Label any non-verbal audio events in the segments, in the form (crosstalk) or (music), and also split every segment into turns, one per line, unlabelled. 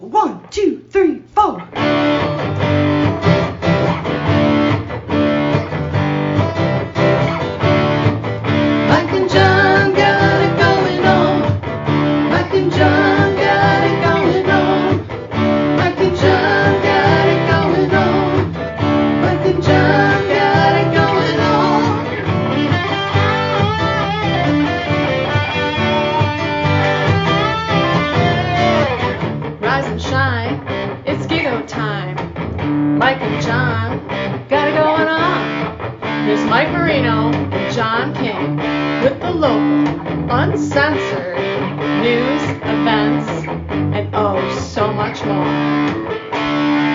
One, two, three, four. Mike and John got it going on. Mike and John got it going on. Mike and John got it going on. Mike and John got it going on. Rise and shine, it's Gigo time. Mike and John got it going on. Here's Mike Marino and John King with the local, uncensored news, events, and oh, so much more.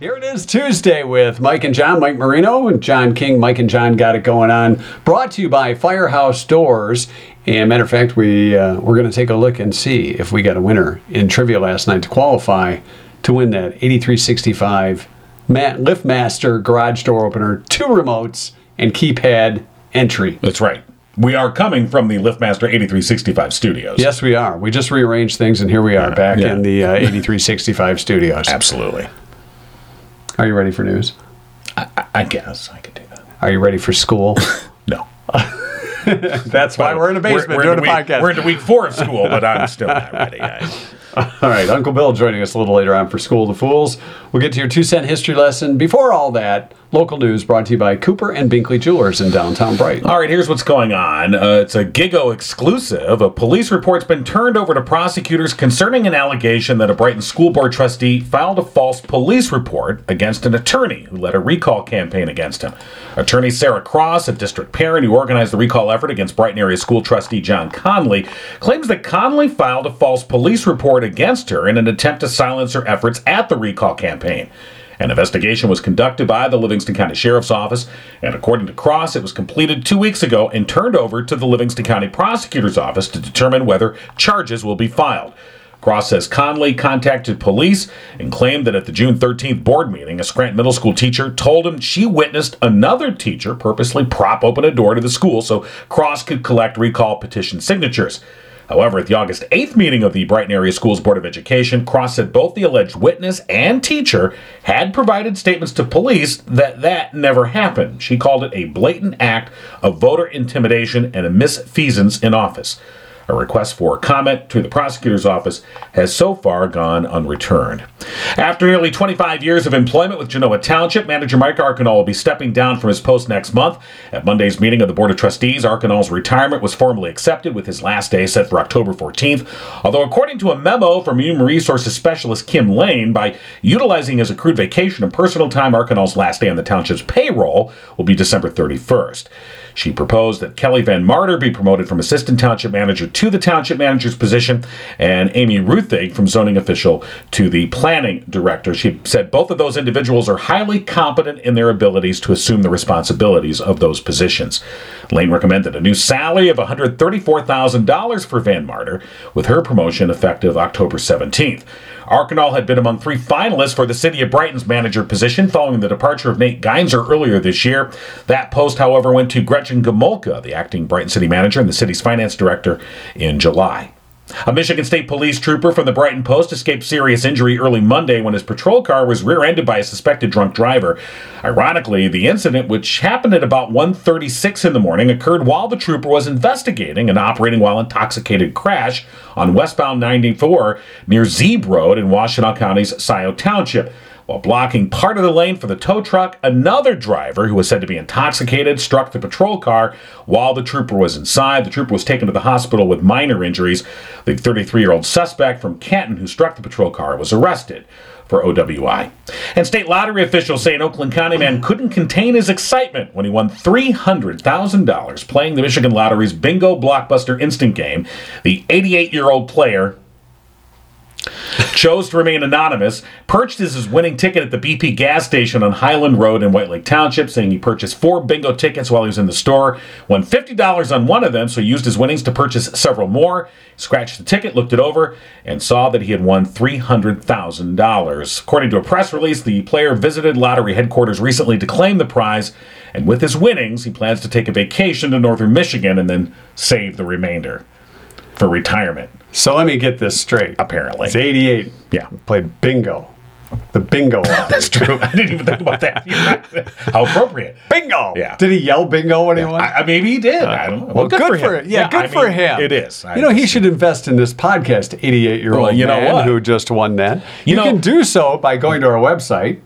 Here it is Tuesday with Mike and John, Mike Marino, and John King. Mike and John got it going on. Brought to you by Firehouse Doors. And matter of fact, we uh, we're going to take a look and see if we got a winner in trivia last night to qualify to win that 8365 Matt LiftMaster garage door opener, two remotes, and keypad entry.
That's right. We are coming from the LiftMaster 8365 studios.
Yes, we are. We just rearranged things, and here we are back
Yeah.
in the uh, 8365 studios.
(laughs) Absolutely.
Are you ready for news?
I, I guess I could do that.
Are you ready for
(laughs)
school?
No.
That's why we're in a basement
we're
doing
into
a
week-
podcast.
We're into week four of school, but I'm still not ready. I,
All right, Uncle Bill joining us a little later on for School of the Fools. We'll get to your two cent history lesson. Before all that, local news brought to you by Cooper and Binkley Jewelers in downtown Brighton.
All right, here's what's going on. Uh, it's a Gigo exclusive. A police report's been turned over to prosecutors concerning an allegation that a Brighton school board trustee filed a false police report against an attorney who led a recall campaign against him. Attorney Sarah Cross, a district parent who organized the recall effort against Brighton area school trustee John Conley, claims that Conley filed a false police report against her in an attempt to silence her efforts at the recall campaign. An investigation was conducted by the Livingston County Sheriff's Office, and according to Cross, it was completed two weeks ago and turned over to the Livingston County Prosecutor's Office to determine whether charges will be filed. Cross says Conley contacted police and claimed that at the June 13th board meeting, a Scranton Middle School teacher told him she witnessed another teacher purposely prop open a door to the school so Cross could collect recall petition signatures. However, at the August 8th meeting of the Brighton Area Schools Board of Education, Cross said both the alleged witness and teacher had provided statements to police that that never happened. She called it a blatant act of voter intimidation and a misfeasance in office. A request for a comment to the prosecutor's office has so far gone unreturned. After nearly 25 years of employment with Genoa Township, manager Mike Arcanall will be stepping down from his post next month. At Monday's meeting of the Board of Trustees, Arcanall's retirement was formally accepted with his last day set for October 14th. Although, according to a memo from Human Resources Specialist Kim Lane, by utilizing his accrued vacation and personal time, Arcanall's last day on the township's payroll will be December 31st. She proposed that Kelly Van Marter be promoted from assistant township manager to the township manager's position and Amy Ruthig from zoning official to the planning director. She said both of those individuals are highly competent in their abilities to assume the responsibilities of those positions. Lane recommended a new salary of $134,000 for Van Marter with her promotion effective October 17th. Arcanall had been among three finalists for the City of Brighton's manager position following the departure of Nate Geinzer earlier this year. That post, however, went to Gretchen Gamolka, the acting Brighton City manager and the city's finance director, in July. A Michigan State police trooper from the Brighton Post escaped serious injury early Monday when his patrol car was rear-ended by a suspected drunk driver. Ironically, the incident, which happened at about 1:36 in the morning, occurred while the trooper was investigating an operating while intoxicated crash on westbound 94 near Zeb Road in Washtenaw County's Scioto Township. While blocking part of the lane for the tow truck, another driver who was said to be intoxicated struck the patrol car while the trooper was inside. The trooper was taken to the hospital with minor injuries. The 33 year old suspect from Canton who struck the patrol car was arrested for OWI. And state lottery officials say an Oakland County man couldn't contain his excitement when he won $300,000 playing the Michigan Lottery's Bingo Blockbuster Instant Game. The 88 year old player chose to remain anonymous, purchased his winning ticket at the BP gas station on Highland Road in White Lake Township, saying he purchased four bingo tickets while he was in the store, won $50 on one of them, so he used his winnings to purchase several more, scratched the ticket, looked it over, and saw that he had won $300,000. According to a press release, the player visited lottery headquarters recently to claim the prize And with his winnings, he plans to take a vacation to northern Michigan and then save the remainder for retirement,
So let me get this straight.
apparently.
It's 88.
Yeah.
Played bingo. The
(laughs)
bingo.
That's true. I didn't even think about that. How appropriate.
bingo.
Yeah.
Did he yell bingo when he won?
I, I- maybe he did. I don't know.
Uh, well, good, for, him. Yeah, good
I
for
mean,
him.
It is. I-
you know, he should invest in this podcast, 88 year old
Well, you know
man
what?
who just won that. You,
You know-
can do so by going to our
(laughs)
website.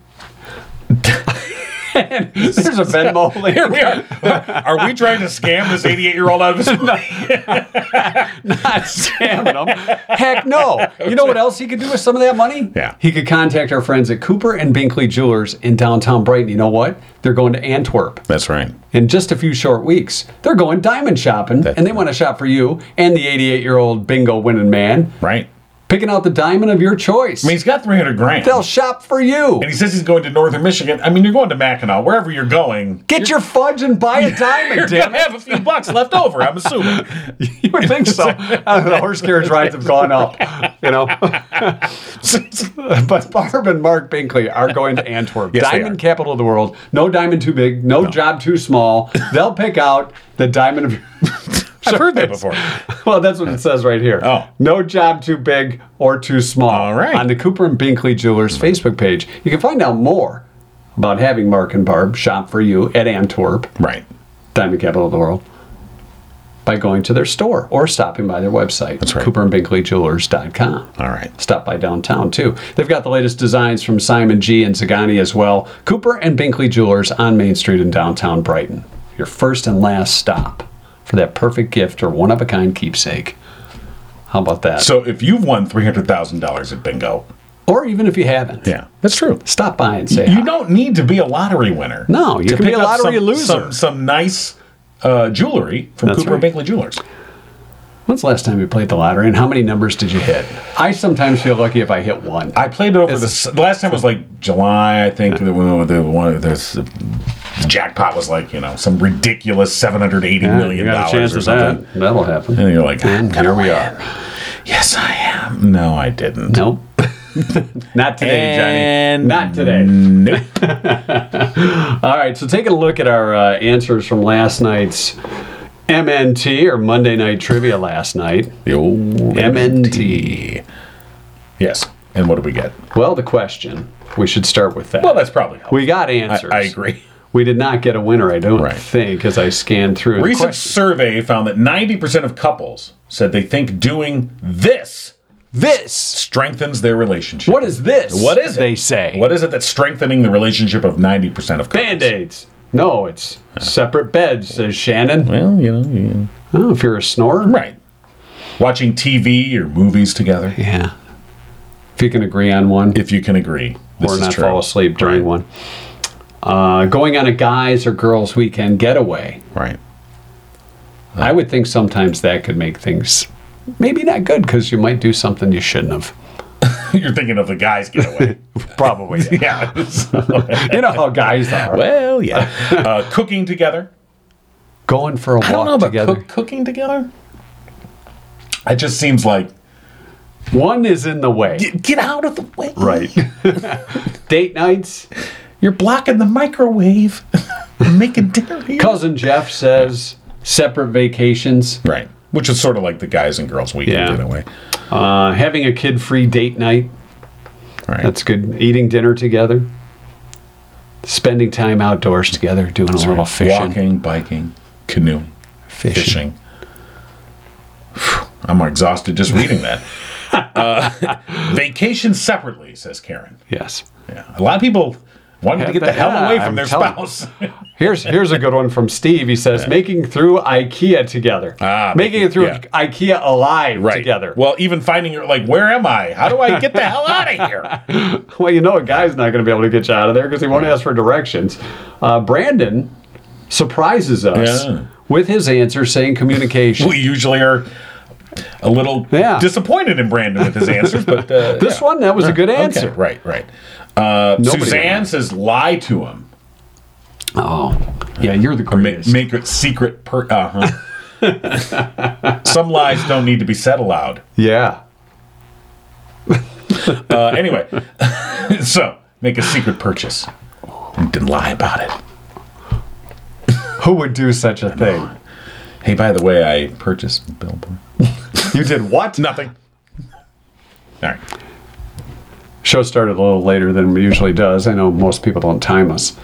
and there's a Venmo link.
Here (laughs) we are.
(laughs)
Are we trying to scam this 88 year old out of his money?
not scamming them. Heck no. You know what else he could do with some of that money?
Yeah.
He could contact our friends at Cooper and Binkley Jewelers in downtown Brighton. You know what? They're going to Antwerp
That's right.
in just a few short weeks. They're going diamond shopping and they want to shop for you and the 88 year old bingo winning man,
Right.
picking out the diamond of your choice.
I mean, he's got 300 grand.
They'll shop for you.
and he says he's going to northern Michigan. I mean, you're going to Mackinac, wherever you're going.
Get your fudge and buy a
(laughs) You're
diamond,
going
damn
to
it.
have a few bucks left over, I'm assuming.
You would think
(laughs)
so. (laughs) Uh, the horse carriage rides have gone up, you know. (laughs) But Barb and Mark Binkley are going
(laughs)
to Antwerp,
Yes, they
diamond
are.
capital of the world. No diamond too big, no, job too small. They'll pick out the diamond of.
(laughs) I've
(laughs)
heard that before.
well, that's what it says right here.
Oh.
no job too big or too small.
All right.
On the Cooper and Binkley Jewelers Facebook page, you can find out more about having Mark and Barb shop for you at Antwerp,
(laughs) Right.
diamond capital of the world. By going to their store or stopping by their website, That's
right.
Cooper and Binkley Jewelers.com
All right.
stop by downtown too. They've got the latest designs from Simon G and Zagani as well. Cooper and Binkley Jewelers on Main Street in downtown Brighton. Your first and last stop for that perfect gift or one of a kind keepsake. How about that?
So if you've won $300,000 at bingo,
or even if you haven't,
yeah, that's true.
stop by and say
You
hi.
don't need to be a lottery winner.
No, you
to
can be
pick
a
up
lottery
some,
loser.
Some, some nice uh, jewelry from
That's
Cooper
right.
and Binkley Jewelers.
When's the last time you played the lottery and how many numbers did you hit? I sometimes feel lucky if I hit one.
I played it over
It's-
the, s- the last time was like July, I think. The, one- the one this the jackpot was like you know some ridiculous seven hundred eighty million dollars or something.
That'll happen.
(laughs) And you're like, I'm gonna
here we
win.
are.
Yes, I am. No, I
(laughs)
didn't. (laughs)
Nope. Not today, Johnny.
And
Not today.
Nope.
All right, so taking a look at our uh, answers from last night's MNT or Monday Night Trivia last night.
the old
MNT.
Yes. And what do we get?
Well, the question, we should start with that.
Well, that's probably helpful.
we got answers.
I agree.
We did not get a winner, I don't
Right.
think, as I scanned through the
Recent
question.
survey found that 90% of couples said they think doing this
This!
strengthens their relationship.
What is this?
What is it?
They say.
What is it that's strengthening the relationship of 90% of couples?
Band aids. No, it's separate beds, says Shannon.
Well, you know, you-
Oh, if you're a snorer.
right. Watching TV or movies together,
Yeah. If you can agree on one.
if you can agree. This
or
is
not
true.
fall asleep during
Right.
one. Uh, going on a guys or girls weekend getaway.
Right.
I would think sometimes that could make things maybe not good because you might do something you shouldn't have.
(laughs) You're thinking of the guys getaway.
Probably.
(laughs)
(laughs)
yeah.
you know how guys are.
well, (laughs) yeah. Uh, cooking together.
Going for a
I don't know
walk
about
together.
cook- cooking together. It just seems like
One is in the way.
get get out of the way.
Right. (laughs) Date nights.
You're blocking the microwave. (laughs) I'm making dinner here.
Cousin Jeff says separate vacations.
Right. Which is sort of like the guys and girls weekend
Yeah.
in a way.
Uh, having a kid free date night.
Right.
That's good. Eating dinner together. Spending time outdoors together, doing a little fishing.
Walking, biking, canoeing,
Fishing.
fishing. Phew, I'm exhausted just
(laughs)
reading that. uh, vacation separately, says Karen.
Yes.
Yeah. A lot of people want to
Have
get the
the-
hell
yeah,
away from
I'm
their
telling- (laughs)
spouse. (laughs)
Here's here's a good one from Steve. He says making through IKEA together.
Ah,
making
making-
it through
yeah.
IKEA alive together. Well,
Well, even finding your like, where am I? How do I get the hell out of
(laughs)
here?
you know a guy's not going to be able to get you out of there because he won't ask for directions. Uh, Brandon surprises us
Yeah.
with his answer saying communication.
We usually are a little
Yeah.
disappointed in Brandon with his answers, but uh,
this
yeah.
one that was a good answer.
Okay, right, right. Uh,
Nobody
Suzanne
would.
says, lie to him.
Oh, yeah, you're the
Ma-
greatest.
make it secret. Per- uh huh. (laughs) Some lies don't need to be said aloud.
yeah,
Uh, anyway, (laughs) so make a secret purchase. Didn't lie about it.
Who would do such a thing?
Hey, by the way, I purchased a billboard.
You did what?
Nothing. All right.
Show started a little later than we usually does. I know most people don't time us,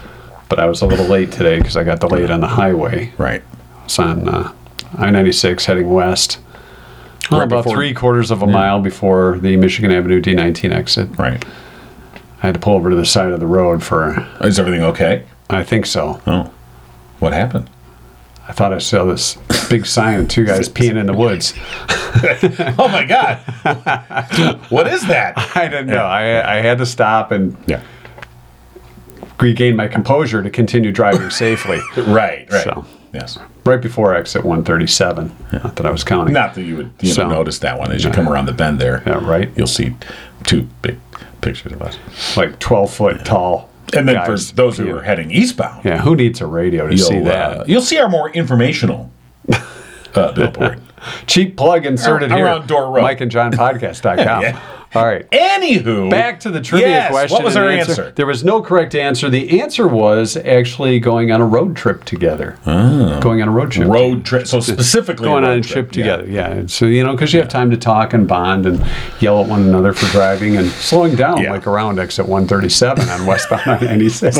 but I was a little late today because I got delayed on the highway.
Right.
It's on uh, I 96 heading west. We're
Right
about
before-
three quarters of a mile before the Michigan Avenue D19 exit.
Right.
I had to pull over to the side of the road for,
Is everything okay?
I think so.
Oh. What happened?
I thought I saw this big sign of two (laughs) guys peeing in the woods.
Oh
(laughs)
my God. what is that?
I didn't know. I, I had to stop and
Yeah.
regain my composure to continue driving safely.
Right. Right.
So.
Yes.
(laughs) Right before exit 137. Not that I was counting.
Not that you would you
So-
know, notice that one as you come around the bend there.
Yeah, right.
You'll see two big pictures of us.
Like 12 foot tall.
And then
guys.
for those who are heading eastbound,
Yeah, who needs a radio to
you'll
see
Uh,
that?
you'll see our more informational
(laughs)
uh, billboard.
Cheap plug inserted
Ar-
here.
around Door Road.
Mike and (laughs) John Podcast.com.
Yeah.
All right.
Anywho,
Back to the trivia
Yes,
question.
What was
and
our
the
answer?
There was no correct answer. The answer was actually going on a road trip together. Going on a Oh. road trip.
Road trip. So specifically,
going
road
on a trip together. Yeah. So, you know, because you have time to talk and bond and yell at one another for driving and slowing down,
Yeah.
like around exit 137 on westbound (laughs) on 96.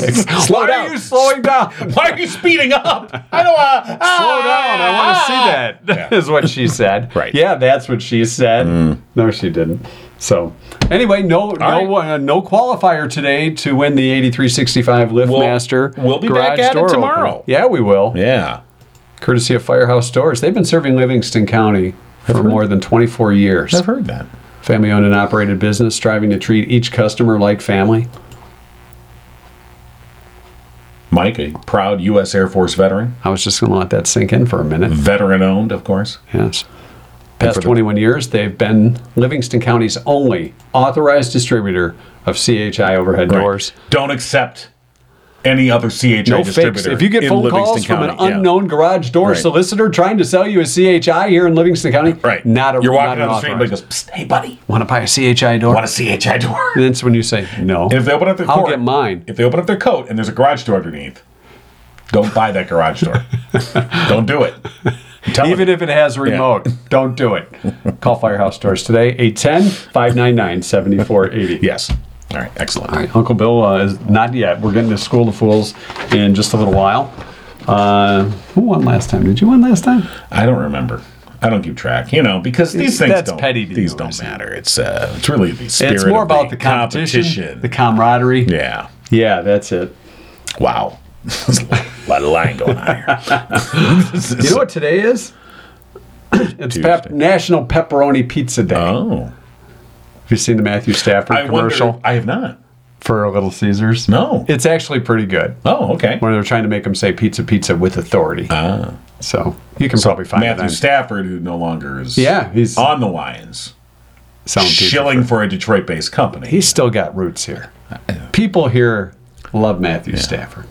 Slow
Why
down.
are you slowing down? Slow
Why are you speeding up? I don't
(laughs)
ah, want to.
down. I want to
Ah.
see that, (laughs) is
Yeah.
what she said.
(laughs) Right. Mm.
Yeah, that's what she said. No, she didn't. So, anyway, no no
right.
one uh, no qualifier today to win the 8365 Lift
We'll-
Master.
we'll be back
garage
at it
door opener.
tomorrow.
Yeah, we will.
Yeah.
courtesy of Firehouse Doors. They've been serving Livingston County for more than 24 years.
I've heard that.
Family owned and operated business striving to treat each customer like family.
Mike, a proud U.S. Air Force veteran,
I was just going to let that sink in for a minute.
veteran owned, of course.
Yes.
for
Past
the-
21 years, they've been Livingston County's only authorized distributor of CHI overhead doors.
Right. Don't accept any other CHI
No
distributor.
fakes. If you get
in
phone
Livingston
calls from an
County, yeah.
unknown garage door
Right.
solicitor trying to sell you a CHI here in Livingston County,
right?
not a
you're walking
not
down the street, and
authorized.
goes, "Psst, "Hey, buddy,
Want to buy a CHI door?
want a CHI door?"
And that's when you say no.
And if they open up their
I'll
coat,
get mine.
If they open up their coat and there's a garage door underneath, don't buy that garage
(laughs)
door. don't do it. I'm telling
Even
you.
if it has a remote, don't do it. Call Firehouse Doors today, 810 599 7480.
yes. All right. Excellent.
Uncle Bill uh, is not yet. We're getting to School of Fools in just a little while. Uh, who won last time? Did you win last time?
I don't remember. I don't keep track, you know, because these things
That's
don't.
petty to
these
do,
don't
isn't it?
matter. It's uh, it's really the spirit.
it's more
of
about the competition, the camaraderie. Yeah,
yeah.
that's it.
Wow. (laughs) There's a lot of lying going on here.
(laughs) You know what today is? (coughs) it's pep-
Tuesday.
National Pepperoni Pizza Day.
Oh,
Have you seen the Matthew Stafford
I
commercial
wonder. I have not.
for Little Caesars?
No.
It's actually pretty good.
oh, okay.
Where they're trying to make them say pizza, pizza with authority.
Ah.
Uh, So you can probably find
Matthew
it. on
Stafford, who no longer is
Yeah, he's
on the Lions,
sound people.
shilling for a Detroit-based company.
He's still got roots here. People here love Matthew Stafford.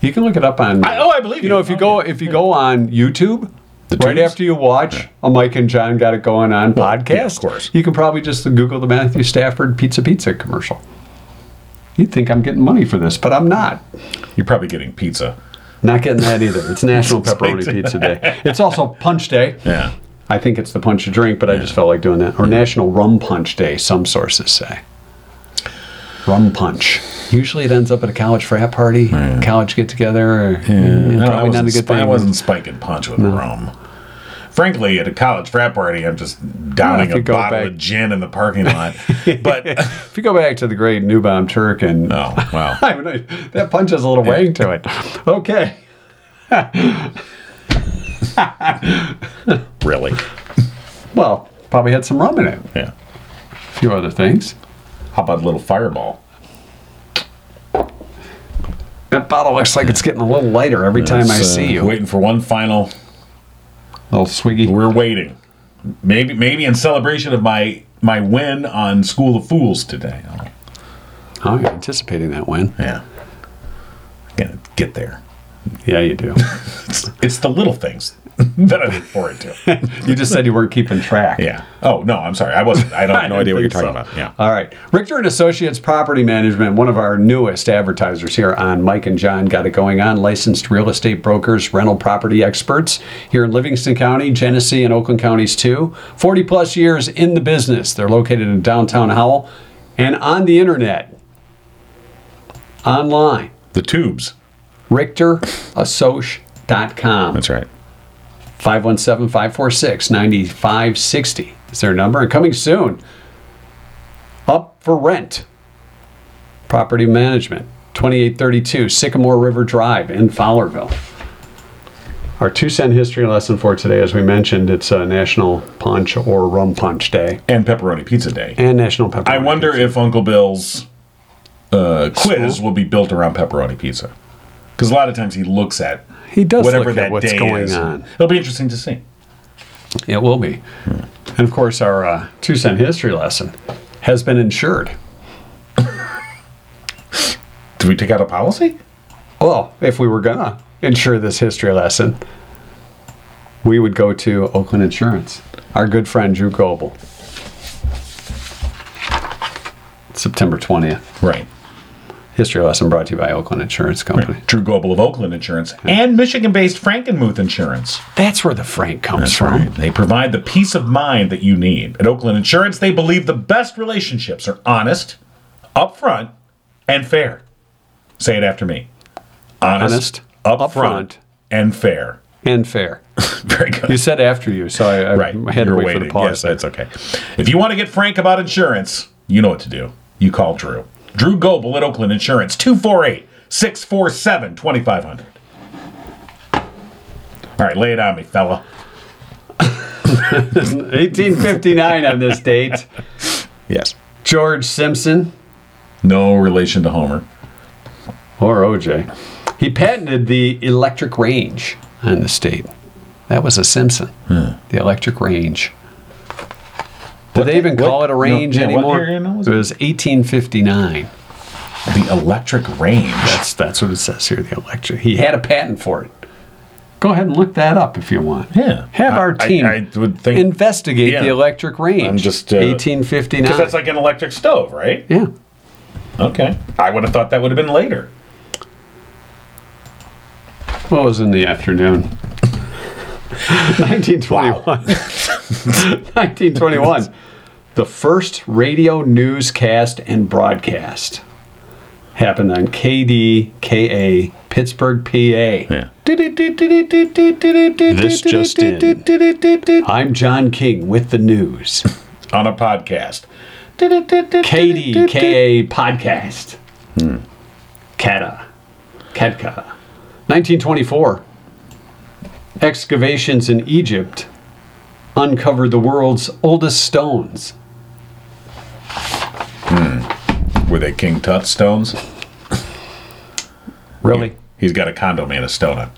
You can look it up on.
I- oh, I believe
you know
you.
if you
Oh,
go if you go on YouTube. right
tubes?
after you watch a Mike and John got it going on podcast,
yeah, of course.
you can probably just Google the Matthew Stafford Pizza Pizza commercial. You'd think I'm getting money for this, but I'm not.
You're probably getting pizza.
Not getting that either. It's
(laughs)
National Pepperoni
Pizza.
Pizza Day. It's also Punch Day.
Yeah.
I think it's the punch you drink, but I just felt like doing that. Or National Rum Punch Day, some sources say. Rum punch. Usually it ends up at a college frat party, college get together. Or,
No, I
probably not
wasn't,
a good
sp- I
thing.
wasn't spiking punch with rum. Frankly, at a college frat party, I'm just
if
downing
you
a
go
bottle
back-
of gin in the parking lot.
(laughs)
but (laughs)
If you go back to the great New Bomb Turk and
no, wow.
(laughs) I mean, that punch has a little wang to it. Okay.
Really?
Well, probably had some rum in it.
Yeah.
A few other things.
How about a little fireball?
That bottle looks like it's getting a little lighter every time I
It's, uh,
see you.
Waiting for one final.
Little swiggy.
We're waiting. Maybe, maybe in celebration of my my win on School of Fools today. I'll-
Oh, you're anticipating that win.
yeah. Gonna get there.
Yeah, you do.
It's, it's the little things (laughs) that I look forward to.
You just said you weren't keeping track.
Yeah. Oh no, I'm sorry. I wasn't. I
(laughs)
don't have no idea what you're
think
talking
so. Uh,
about. Yeah.
All right. Richter and Associates Property Management, one of our newest advertisers here on Mike and John Got It Going On, licensed real estate brokers, rental property experts here in Livingston County, Genesee, and Oakland counties too. 40 plus years in the business. They're located in downtown Howell and on the internet, online,
The tubes.
richterassociate.com.
That's right.
517-546-9560 is their number and coming soon up for rent property management 2832 sycamore river drive in fowlerville our two cent history lesson for today as we mentioned it's uh, national punch or rum punch day
And pepperoni pizza day.
and national pepper
I wonder if Uncle Bill's uh, quiz will be built around pepperoni pizza, because a lot of times he looks at
he does
whatever
look
that
at what's
day
going
is.
on
It'll be interesting to see.
it will be and of course our uh, two cent history lesson has been insured
Did we take out a policy?
Well, if we were gonna insure this history lesson, we would go to Oakland Insurance. Our good friend Drew Goble. September 20th.
Right.
History lesson brought to you by Oakland Insurance Company.
Drew Goble of Oakland Insurance and Michigan-based Frankenmuth Insurance.
That's where the Frank comes
That's
from.
right. They provide the peace of mind that you need. At Oakland Insurance, they believe the best relationships are honest, upfront, and fair. Say it after me. Honest,
Honest,
upfront,
upfront.
and fair. (laughs)
And fair.
Very good.
You said after you, so I, I
right.
had to
You're
wait for
waiting.
the pause.
Yes, that's okay. If you want to get frank about insurance, you know what to do. You call Drew. Drew Goble at Oakland Insurance, 248 647 2500. All right, lay it on me, fella.
1859 on this date.
(laughs) Yes.
George Simpson,
No relation to Homer.
or OJ. He patented the electric range on the state. That was a Simpson. The electric range. Did they even
Hmm. what-
call it a range
yeah, what
anymore?
year now was
it
it?
was 1859.
The electric range.
That's that's what it says here. The electric. He had a patent for it. Go ahead and look that up if you want.
Yeah.
Have our
I- I-
team
I would think-
investigate
Yeah.
the electric range.
I'm just, uh,
1859.
Because that's like an electric stove, right?
yeah.
Okay. I would have thought that would have been later.
Well, it was in the afternoon. (laughs) 1921. (laughs) 1921. The first radio newscast and broadcast happened on KDKA Pittsburgh, PA.
Yeah.
This
just in.
I'm John King with the news.
On a podcast.
KDKA podcast.
Hmm.
Kata. Ketka. 1924. Excavations in Egypt uncovered the world's oldest stones.
Were they King Tut stones?
Really?
He's got a condo made of stone on.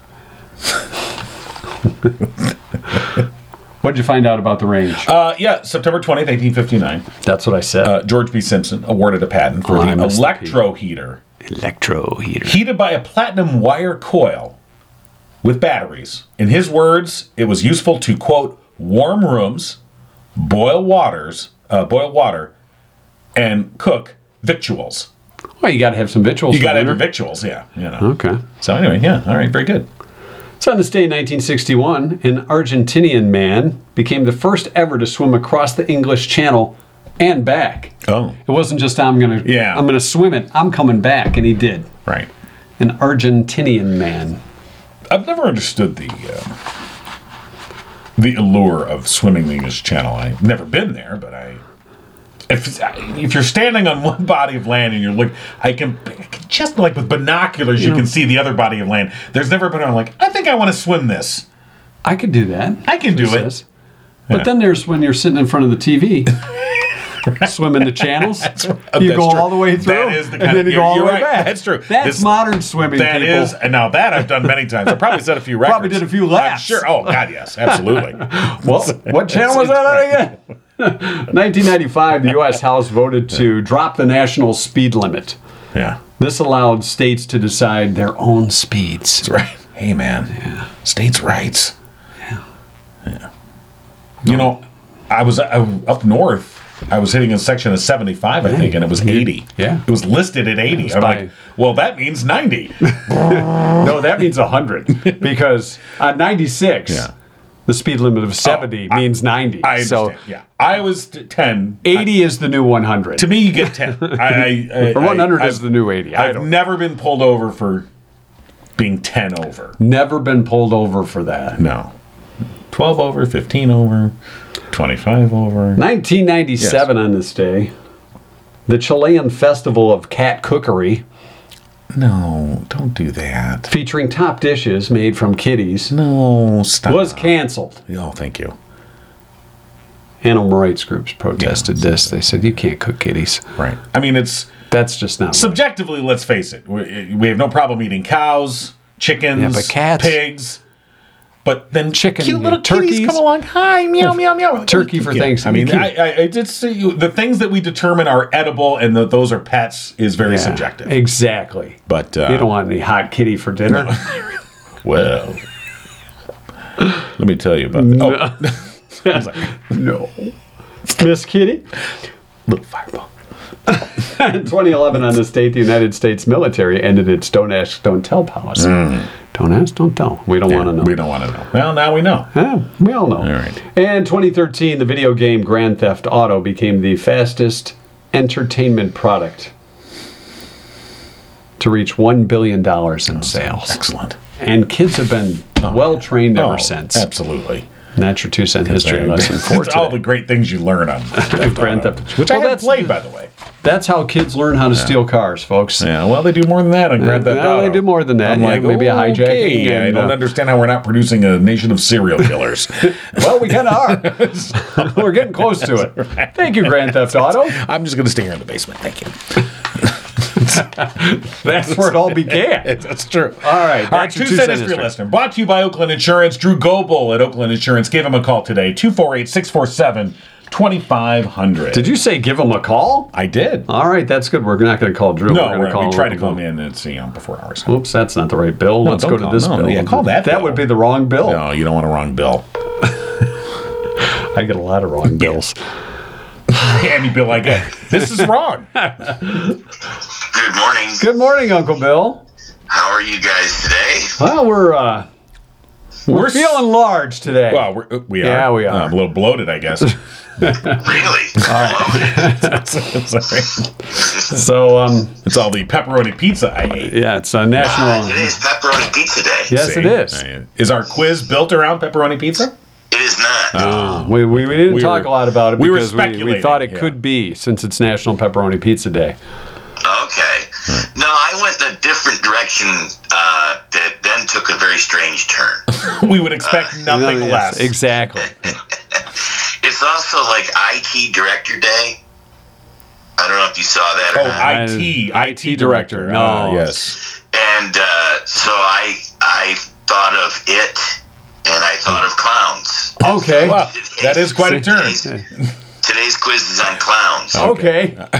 What did you find out about the range?
Uh, yeah, September 20th, 1859.
That's what I said.
Uh, George B. Simpson awarded a patent for
Oh, I
the
missed the P.
electro heater
Electro heater.
heated by a platinum wire coil with batteries. In his words, it was useful to quote warm rooms, boil waters, uh, boil water, and cook victuals.
well, Oh, you got to have some victuals.
You got
for
to have your
dinner.
victuals, yeah. You know.
Okay.
So anyway, yeah. All right, very good.
So on this day in 1961, an Argentinian man became the first ever to swim across the English Channel and back.
Oh,
It wasn't just I'm gonna
Yeah.
I'm gonna swim it. I'm coming back, and he did.
right.
An Argentinian man.
I've never understood the uh, the allure of swimming the English Channel. I've never been there, but I if if you're standing on one body of land and you're look, I can, I can just like with binoculars, you can see the other body of land. There's never been I'm like I think I want to swim this.
I could do that.
I can do
he
it.
says. But then there's when you're sitting in front of the
(laughs)
TV. Swimming the channels, you
that's
go
true.
all the way
That
through,
is the kind
and then
of-
you go all the
you're
way
right.
back.
That's true.
That's
This-
modern swimming.
That
people.
is and now that I've done many times. I probably set a few records.
(laughs) Probably did a few
I'm
laps.
sure. Oh God, yes, absolutely.
Well, (laughs) what channel was that on again? (laughs) 1995, the U.S. House voted to drop the national speed limit.
yeah,
This allowed states to decide their own speeds.
that's right. Hey man, states' rights. You know, I was uh, up north. I was hitting a section of 75, I think, and it was 80.
Yeah.
It was listed at 80. I'm
by-
like, well, that means (laughs) 90.
No, that means
(laughs)
100 because on 96,
Yeah. Oh,
the speed limit of 70
I-
means 90.
I
so
understand. yeah. I was t- 10.
80 is the new 100.
To me, you
(laughs)
get 10. I, I, I,
or 100
I,
is the new 80. I
I've
don't
never been pulled over for being 10 over.
never been pulled over for that.
No. 12 over, 15 over, 25 over.
1997 on this day, the Chilean Festival of Cat Cookery,
No, don't do that.
featuring top dishes made from kitties,
No, stop.
was canceled.
oh, thank you.
Animal rights groups protested this. They said, you can't cook kitties.
Right. I mean, it's
That's just not. right.
subjectively, let's face it, we, we have no problem eating cows, chickens,
Yeah, but cats-
pigs. But then
Chicken,
cute little
turkeys.
kitties come along. Hi, meow, meow, meow.
Turkey for
Yeah,
Thanksgiving.
I mean, I, I, I did see you, the things that we determine are edible and that those are pets is very
Yeah,
subjective.
Exactly.
But
You don't
uh,
want any hot kitty for dinner.
(laughs) well, let me tell you about that.
(laughs)
Oh,
No. Miss Kitty? (laughs)
little fireball.
In 2011, on this date, the United States military ended its Don't Ask, Don't Tell policy. Don't ask, don't tell. We don't want to know.
Hmm. We don't want to know. Well, now we know.
Yeah, we all know. All
right.
And 2013, the video game Grand Theft Auto became the fastest entertainment product to reach $1 billion in sales.
Oh, Excellent.
And kids have been well trained ever
Oh,
since.
Absolutely.
And that's your two cent history lesson for
It's all the
today.
great things you learn (laughs) on
Grand Theft
Which
Well,
I have
that's-
played, by the way.
That's how kids learn how to steal cars, folks.
Yeah, well, they do more than that on Grand Theft
well,
Auto.
they do more than that.
I'm
Yeah,
like,
maybe a hijacking
okay, I
and,
don't
uh,
understand how we're not producing a nation of serial killers.
(laughs)
(laughs)
Well, we kind of are. We're getting close to it. Thank you, Grand Theft Auto.
I'm just going to stay here in the basement. (laughs) Thank you.
That's where it all began.
(laughs) That's true.
All right,
All right,
that's your
two cent history listener. Brought to you by Oakland Insurance. Drew Goble at Oakland Insurance. Give him a call today. 248 647 2500.
Did you say give him a call?
I did.
All right, that's good. We're not going to call Drew.
no,
gonna
we're not. we tried to
Local
call him
Bill.
in and see him before hours.
Oops, that's not the right bill. Let's
don't
go to
call-
this
no,
bill.
yeah, call that
That
bill.
would be the wrong bill.
No, you don't want a wrong bill.
I get a lot of wrong bills.
Any bill I get. This is
(laughs)
wrong.
Good morning.
Good morning, Uncle Bill.
How are you guys today?
Well, we're uh, we're,
We're s-
feeling large today.
Well, we're, we are.
Yeah, we are.
Uh, I'm a little bloated, I guess. (laughs)
Really?
Sorry.
so um,
It's all the pepperoni pizza I ate.
yeah, it's a national.
Today's pepperoni pizza day.
yes, it
See?
is.
I- Is our quiz built around pepperoni pizza? (laughs)
It is not.
We, we, we didn't
We
talk
were-
a lot about it
we were
because we, we
speculating,
thought it
yeah.
could be since it's National Pepperoni Pizza Day.
Okay. No, I went in a different direction uh, that then took a very strange turn.
We would expect nothing
Yes,
less. (laughs)
Exactly.
it's also like IT Director Day. I don't know if you saw that or
Oh,
not.
IT, IT
director.
director.
No.
Ah, yes.
and uh, so I, I thought of it and I thought of clowns.
Okay.
Wow, that is quite a turn.
Today's, today's quiz is on clowns.
okay.
(laughs)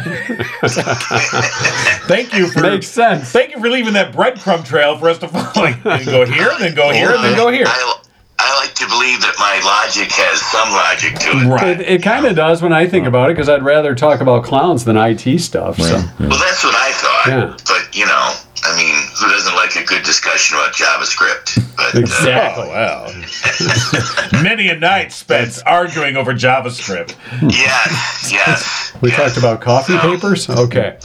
Thank you for
Makes sense.
Thank you for leaving that breadcrumb trail for us to follow. (laughs) Like, then go here, then go here, and then go here.
I, I like to believe that my logic has some logic to it.
It,
Right.
it kind of does when I think about it because I'd rather talk about clowns than IT stuff. So. (laughs)
Well, that's what I thought.
Yeah.
But, you know, I mean, who doesn't like a good discussion about JavaScript? But, uh,
Oh, wow. (laughs) Many a night spent arguing over JavaScript.
yes, yes.
We talked about coffee papers? Okay.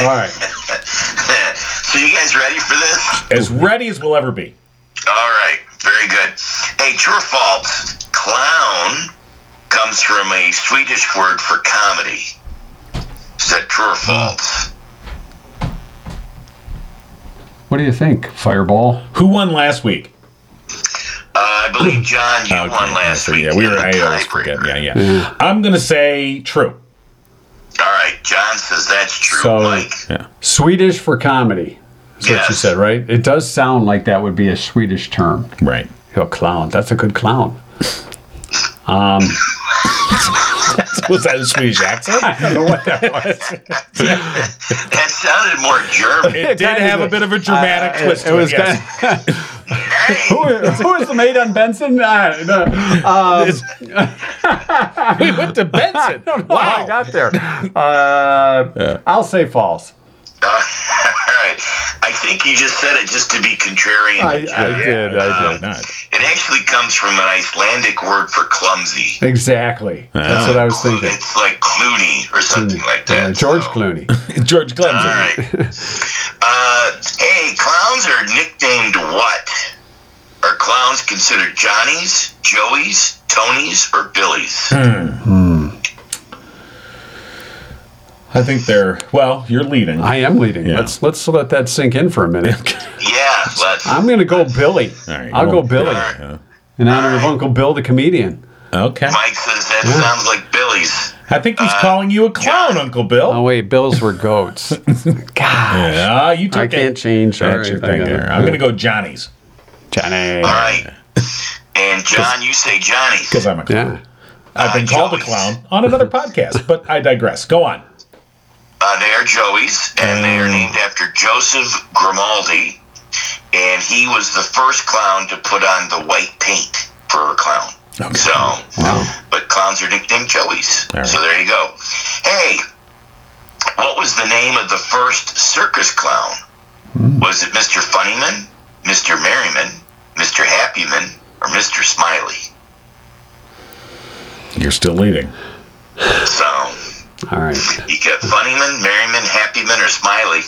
All right.
(laughs) so, you guys ready for this?
As ready as we'll ever be.
All right. Very good. Hey, true or false? Clown comes from a Swedish word for comedy. Is that true or
Hmm.
false?
What do you think, Fireball?
Who won last week?
Uh, I believe, John, you won last
so,
week.
Yeah, we were.
in the
I always forget.
tiebreaker.
Yeah, yeah. I'm gonna say true.
All right, John says that's true,
So-
Mike.
Swedish for comedy. That's what you
Yes.
said, right? It does sound like that would be a Swedish term.
Right.
Yo, clown. That's a good clown.
(laughs) Was that a Swedish accent?
That sounded more German.
It did
kinda
have a
(laughs) did.
bit of a dramatic twist.
It was
yes.
kind
Hey,
(laughs) Who, who is the maid on Benson? Ah, I don't know. Um,
(laughs) we went to Benson.
wow, I got there. Uh, I'll say false.
uh, all right. I think you just said it just to be contrarian.
I, I did.
I did not.
it actually comes from an Icelandic word for clumsy.
Exactly. That's what I was thinking.
It's like Clooney or something like that.
Yeah, George
so-
Clooney.
George
All
Clemson.
(laughs)
right. uh, hey, clowns are nicknamed what? Are clowns considered Johnnies, Joeys, Tonys, or Billies?
Hmm.
I think they're well. You're leading.
I am leading.
Yeah.
Let's let's let that sink in for a minute.
Yeah, let's.
I'm gonna go Billy.
All right,
I'll
you
go
won't-
Billy
yeah.
in honor of Uncle Bill, the comedian.
Okay.
Mike says that sounds like Billies.
I think he's calling you a clown, Uncle
Oh
Bill.
wait, Bills were
(laughs)
goats. God,
Yeah, you took
I can't
it.
change. All
That's your
right, I
thing
got it.
there. I'm gonna go Johnny's
Johnny.
All right. And John, you say Johnnies.
because I'm a clown.
Yeah.
I've been
Uh,
called a
Joey's.
clown on
(laughs)
another podcast, but I digress. Go on.
Uh, they are Joey's, and they are
Oh.
named after Joseph Grimaldi, and he was the first clown to put on the white paint for a clown. So, but clowns are nicknamed Joey's.
All right.
So there you go. Hey, what was the name of the first circus clown?
Hmm.
Was it Mr. Funnyman, Mr. Merryman, Mr. Happyman, or Mr. Smiley?
You're still leading.
So
All right.
you got Funnyman, Merryman, Happyman, or Smiley.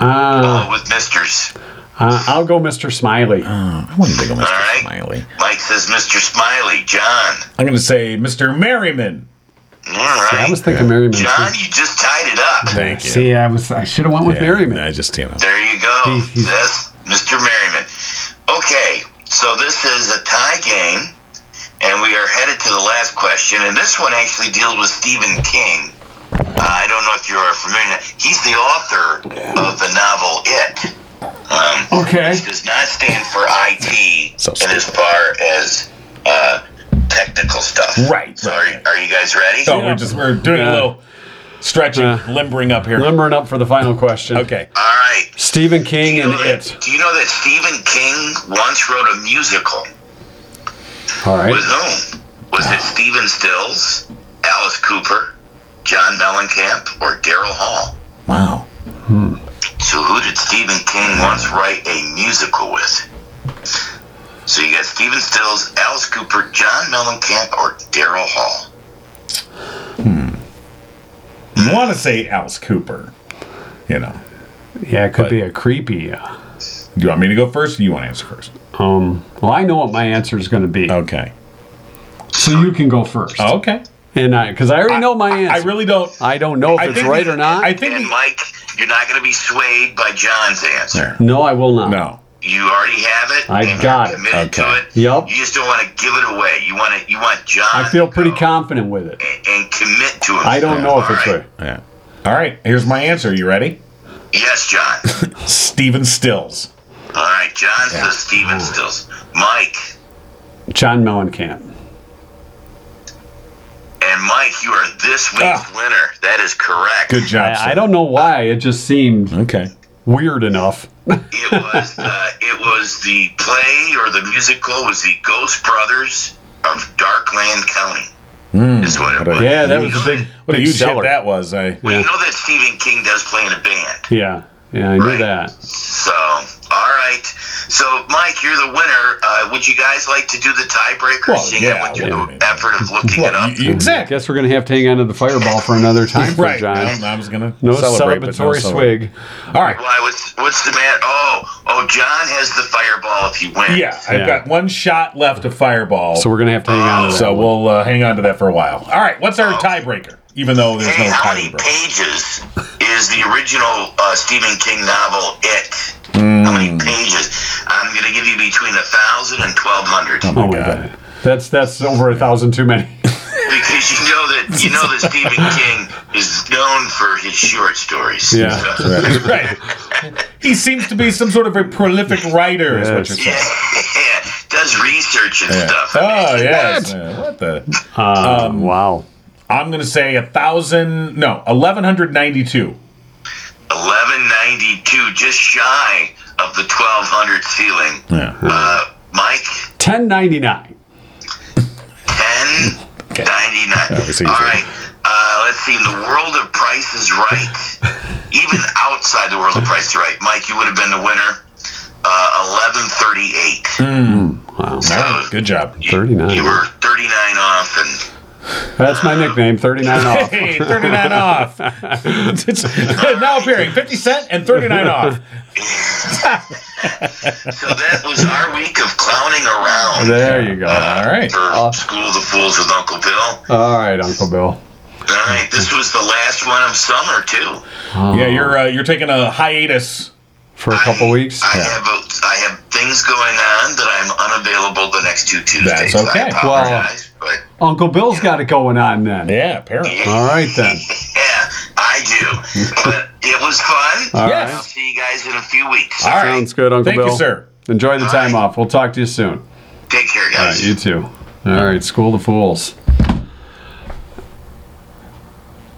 Uh,
All with Misters.
uh, I'll go Mr. Smiley.
Uh, I wouldn't think of Mr.
right.
Smiley.
Mike says Mr. Smiley. John.
I'm gonna say Mr. Merriman.
All right.
I was thinking Merriman. too.
John, you just tied it up.
Thank you.
See, I was I should have went with
Yeah,
Merriman.
I just you know.
There you go. That's Mr. Merriman. Okay, so this is a tie game, and we are headed to the last question. And this one actually deals with Stephen King. Uh, I don't know if you are familiar. He's the author of the novel It. Um,
Okay.
Which does not stand for IT
So
and as far as uh, technical stuff.
Right,
So
right,
are,
right.
are you guys ready?
So we're just we're doing a
Yeah.
little stretching,
Yeah.
limbering up here.
Limbering up for the final question.
Okay.
All right.
Stephen King
Do you
and
know that-
it.
Do you know that Stephen King once wrote a musical?
All
With
right.
whom? Was it Stephen Stills, Alice Cooper, John Mellencamp, or Daryl Hall?
Wow.
So who did Stephen King once write a musical with? So you got Stephen Stills, Alice Cooper, John Mellencamp, or Daryl Hall?
You want to say Alice Cooper? You know.
Yeah, it could be a creepy. Uh,
Do you want me to go first? Or do you want to answer first?
um. Well, I know what my answer is going to be,
Okay.
so you can go first.
Okay.
And I, because Oh. I already know my answer.
I really don't.
I don't know if
I
it's
think
right
we-
or not.
I think.
And
we-
Mike, you're not going to be swayed by John's answer.
no, I will not.
No.
You already have it.
I
and
got
you're
it.
committed
Okay.
To it.
Yep.
You just don't want to give it away. You want to. You want John.
I feel
to
pretty
go.
confident with it.
and- and commit to it.
I don't know if it's right.
Yeah. All right. Here's my answer. You ready?
Yes, John.
(laughs)
Steven Stills.
All right, John says Steven Stills. Mike
John Mellencamp.
and Mike, you are this week's
Ah.
winner. That is correct.
Good job.
I, I
sir.
don't know why. It just seemed
Okay.
weird enough.
It was uh,
(laughs)
it was the play or the musical was the Ghost Brothers of Darkland County.
Hmm.
is what it was.
yeah, that was a big,
What a
big
huge hit
seller.
that was. I.
Well, you know that Stephen King does play in a band.
Yeah, yeah, I knew
Right.
that.
So, all right. So, Mike, you're the winner. Uh, would you guys like to do the tiebreaker?
Well,
seeing
yeah,
I went through
yeah.
the effort of looking it
Well,
up.
you- you- exactly.
Guess we're gonna have to hang on to the fireball for another time, for
Right.
John.
I was gonna
No
celebrate, but no
celebratory
celebrate.
swig.
All right.
Why? What's what's the man? Oh, oh, John has the fireball if he wins.
Yeah, I've
Yeah.
got one shot left of Fireball,
So
so,
we're gonna have to hang on to that. one.
we'll uh, hang on to that for a while. All right, what's our tiebreaker? Even though there's
Hey,
no
how many
tiebreaker.
pages is the original uh, Stephen King novel It? How
Hmm.
many pages? I'm gonna give you between a thousand and twelve hundred
oh my god. That's that's over a thousand too
(laughs)
many.
because you know that you know that Stephen King is known for his short stories.
Yeah.
So-
(laughs) right. He seems to be some sort of a prolific writer, is what
Yes.
you're saying.
yeah, (laughs) does research and stuff.
Oh yes.
What?
Yeah, What the?
Uh, wow.
I'm gonna say a thousand. No, eleven hundred ninety-two.
Eleven ninety two, just shy of the 1200 ceiling.
Yeah.
Uh, Mike,
1099.
10.
Okay.
99.
That was easy.
All right. Uh, let's see. In the world of Price is Right, even outside the world of Price is Right, Mike, you would have been the winner. Uh, Eleven thirty-eight.
Mm.
Wow.
All right. Good (laughs) job.
You-
39.
You were thirty-nine off, and
That's my nickname, 39 off.
(laughs) Hey, 39 off. (laughs) It's now appearing 50 Cent and 39 off.
so that was our week of clowning around
There you go.
All right.
for School of the Fools with Uncle Bill.
All right, Uncle Bill.
All right, this was the last one of summer too.
Yeah, you're uh, you're taking a hiatus.
Um, For a couple weeks.
I have a, I have things going on that I'm unavailable the next two Tuesdays.
That's okay.
I
Well-
apologize, but
Uncle Bill's got it going on then.
Yeah, apparently.
All right then.
Yeah, I
(laughs)
do. but it was fun.
All right.
Yes.
I'll see you guys in a few weeks.
All right.
Sounds good, Uncle
Thank
Bill.
you, sir.
Enjoy the time off. We'll talk to you soon.
Take care,
All
guys.
right, you too. All right, school the fools.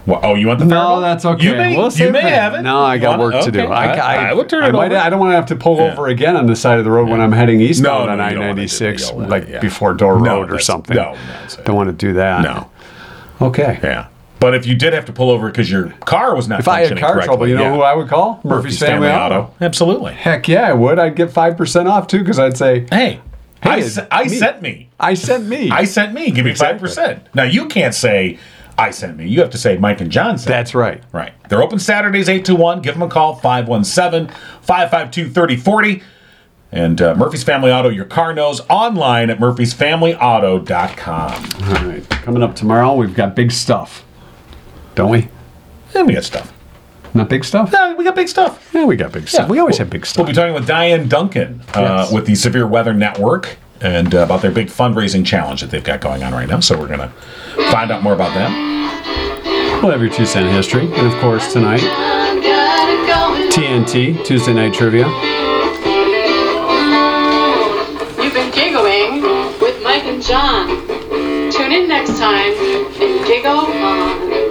Well, oh, you want the
No,
fireball?
that's okay.
You may,
We'll
you
save
may
that.
have it.
No, I got
Wanna-
work to do.
okay.
I,
I, I would turn
I
it
might-
over.
I don't want to have to pull over again on the side of the road when I'm heading eastbound
No,
on
no, you don't wanna do that. You
I-96,
don't wanna-
like
yeah.
before Door
No,
Road or
that's-
something.
no, that's it.
don't want to do that.
no.
Okay.
Yeah. But if you did have to pull over because your car was not
If I had
functioning
car
correctly,
trouble, you know
yeah.
who I would call? Murphy's, Family, Auto.
Absolutely.
Heck yeah, I would. I'd get five percent off too, because I'd say
Hey, I, s-
it's
I
me.
sent me.
I sent me.
I sent me. Give me five percent. Now you can't say I sent me. You have to say Mike and John sent.
That's right.
Right. They're open Saturdays 8 to 1. Give them a call 517 552 3040. And uh, Murphy's Family Auto, your car knows, online at murphy'sfamilyauto.com.
All right. Coming up tomorrow, we've got big stuff, don't we?
And we got stuff.
Not big stuff.
No, we got big stuff.
Yeah, we got big stuff.
Yeah.
We always have big stuff.
We'll be talking with Diane Duncan uh,
Yes.
with the Severe Weather Network and uh, about their big fundraising challenge that they've got going on right now. So we're going to find out more about that.
We'll have your two cent history, and of course tonight TNT Tuesday night trivia.
You've been giggling with Mike and John. Tune in next time and giggle on.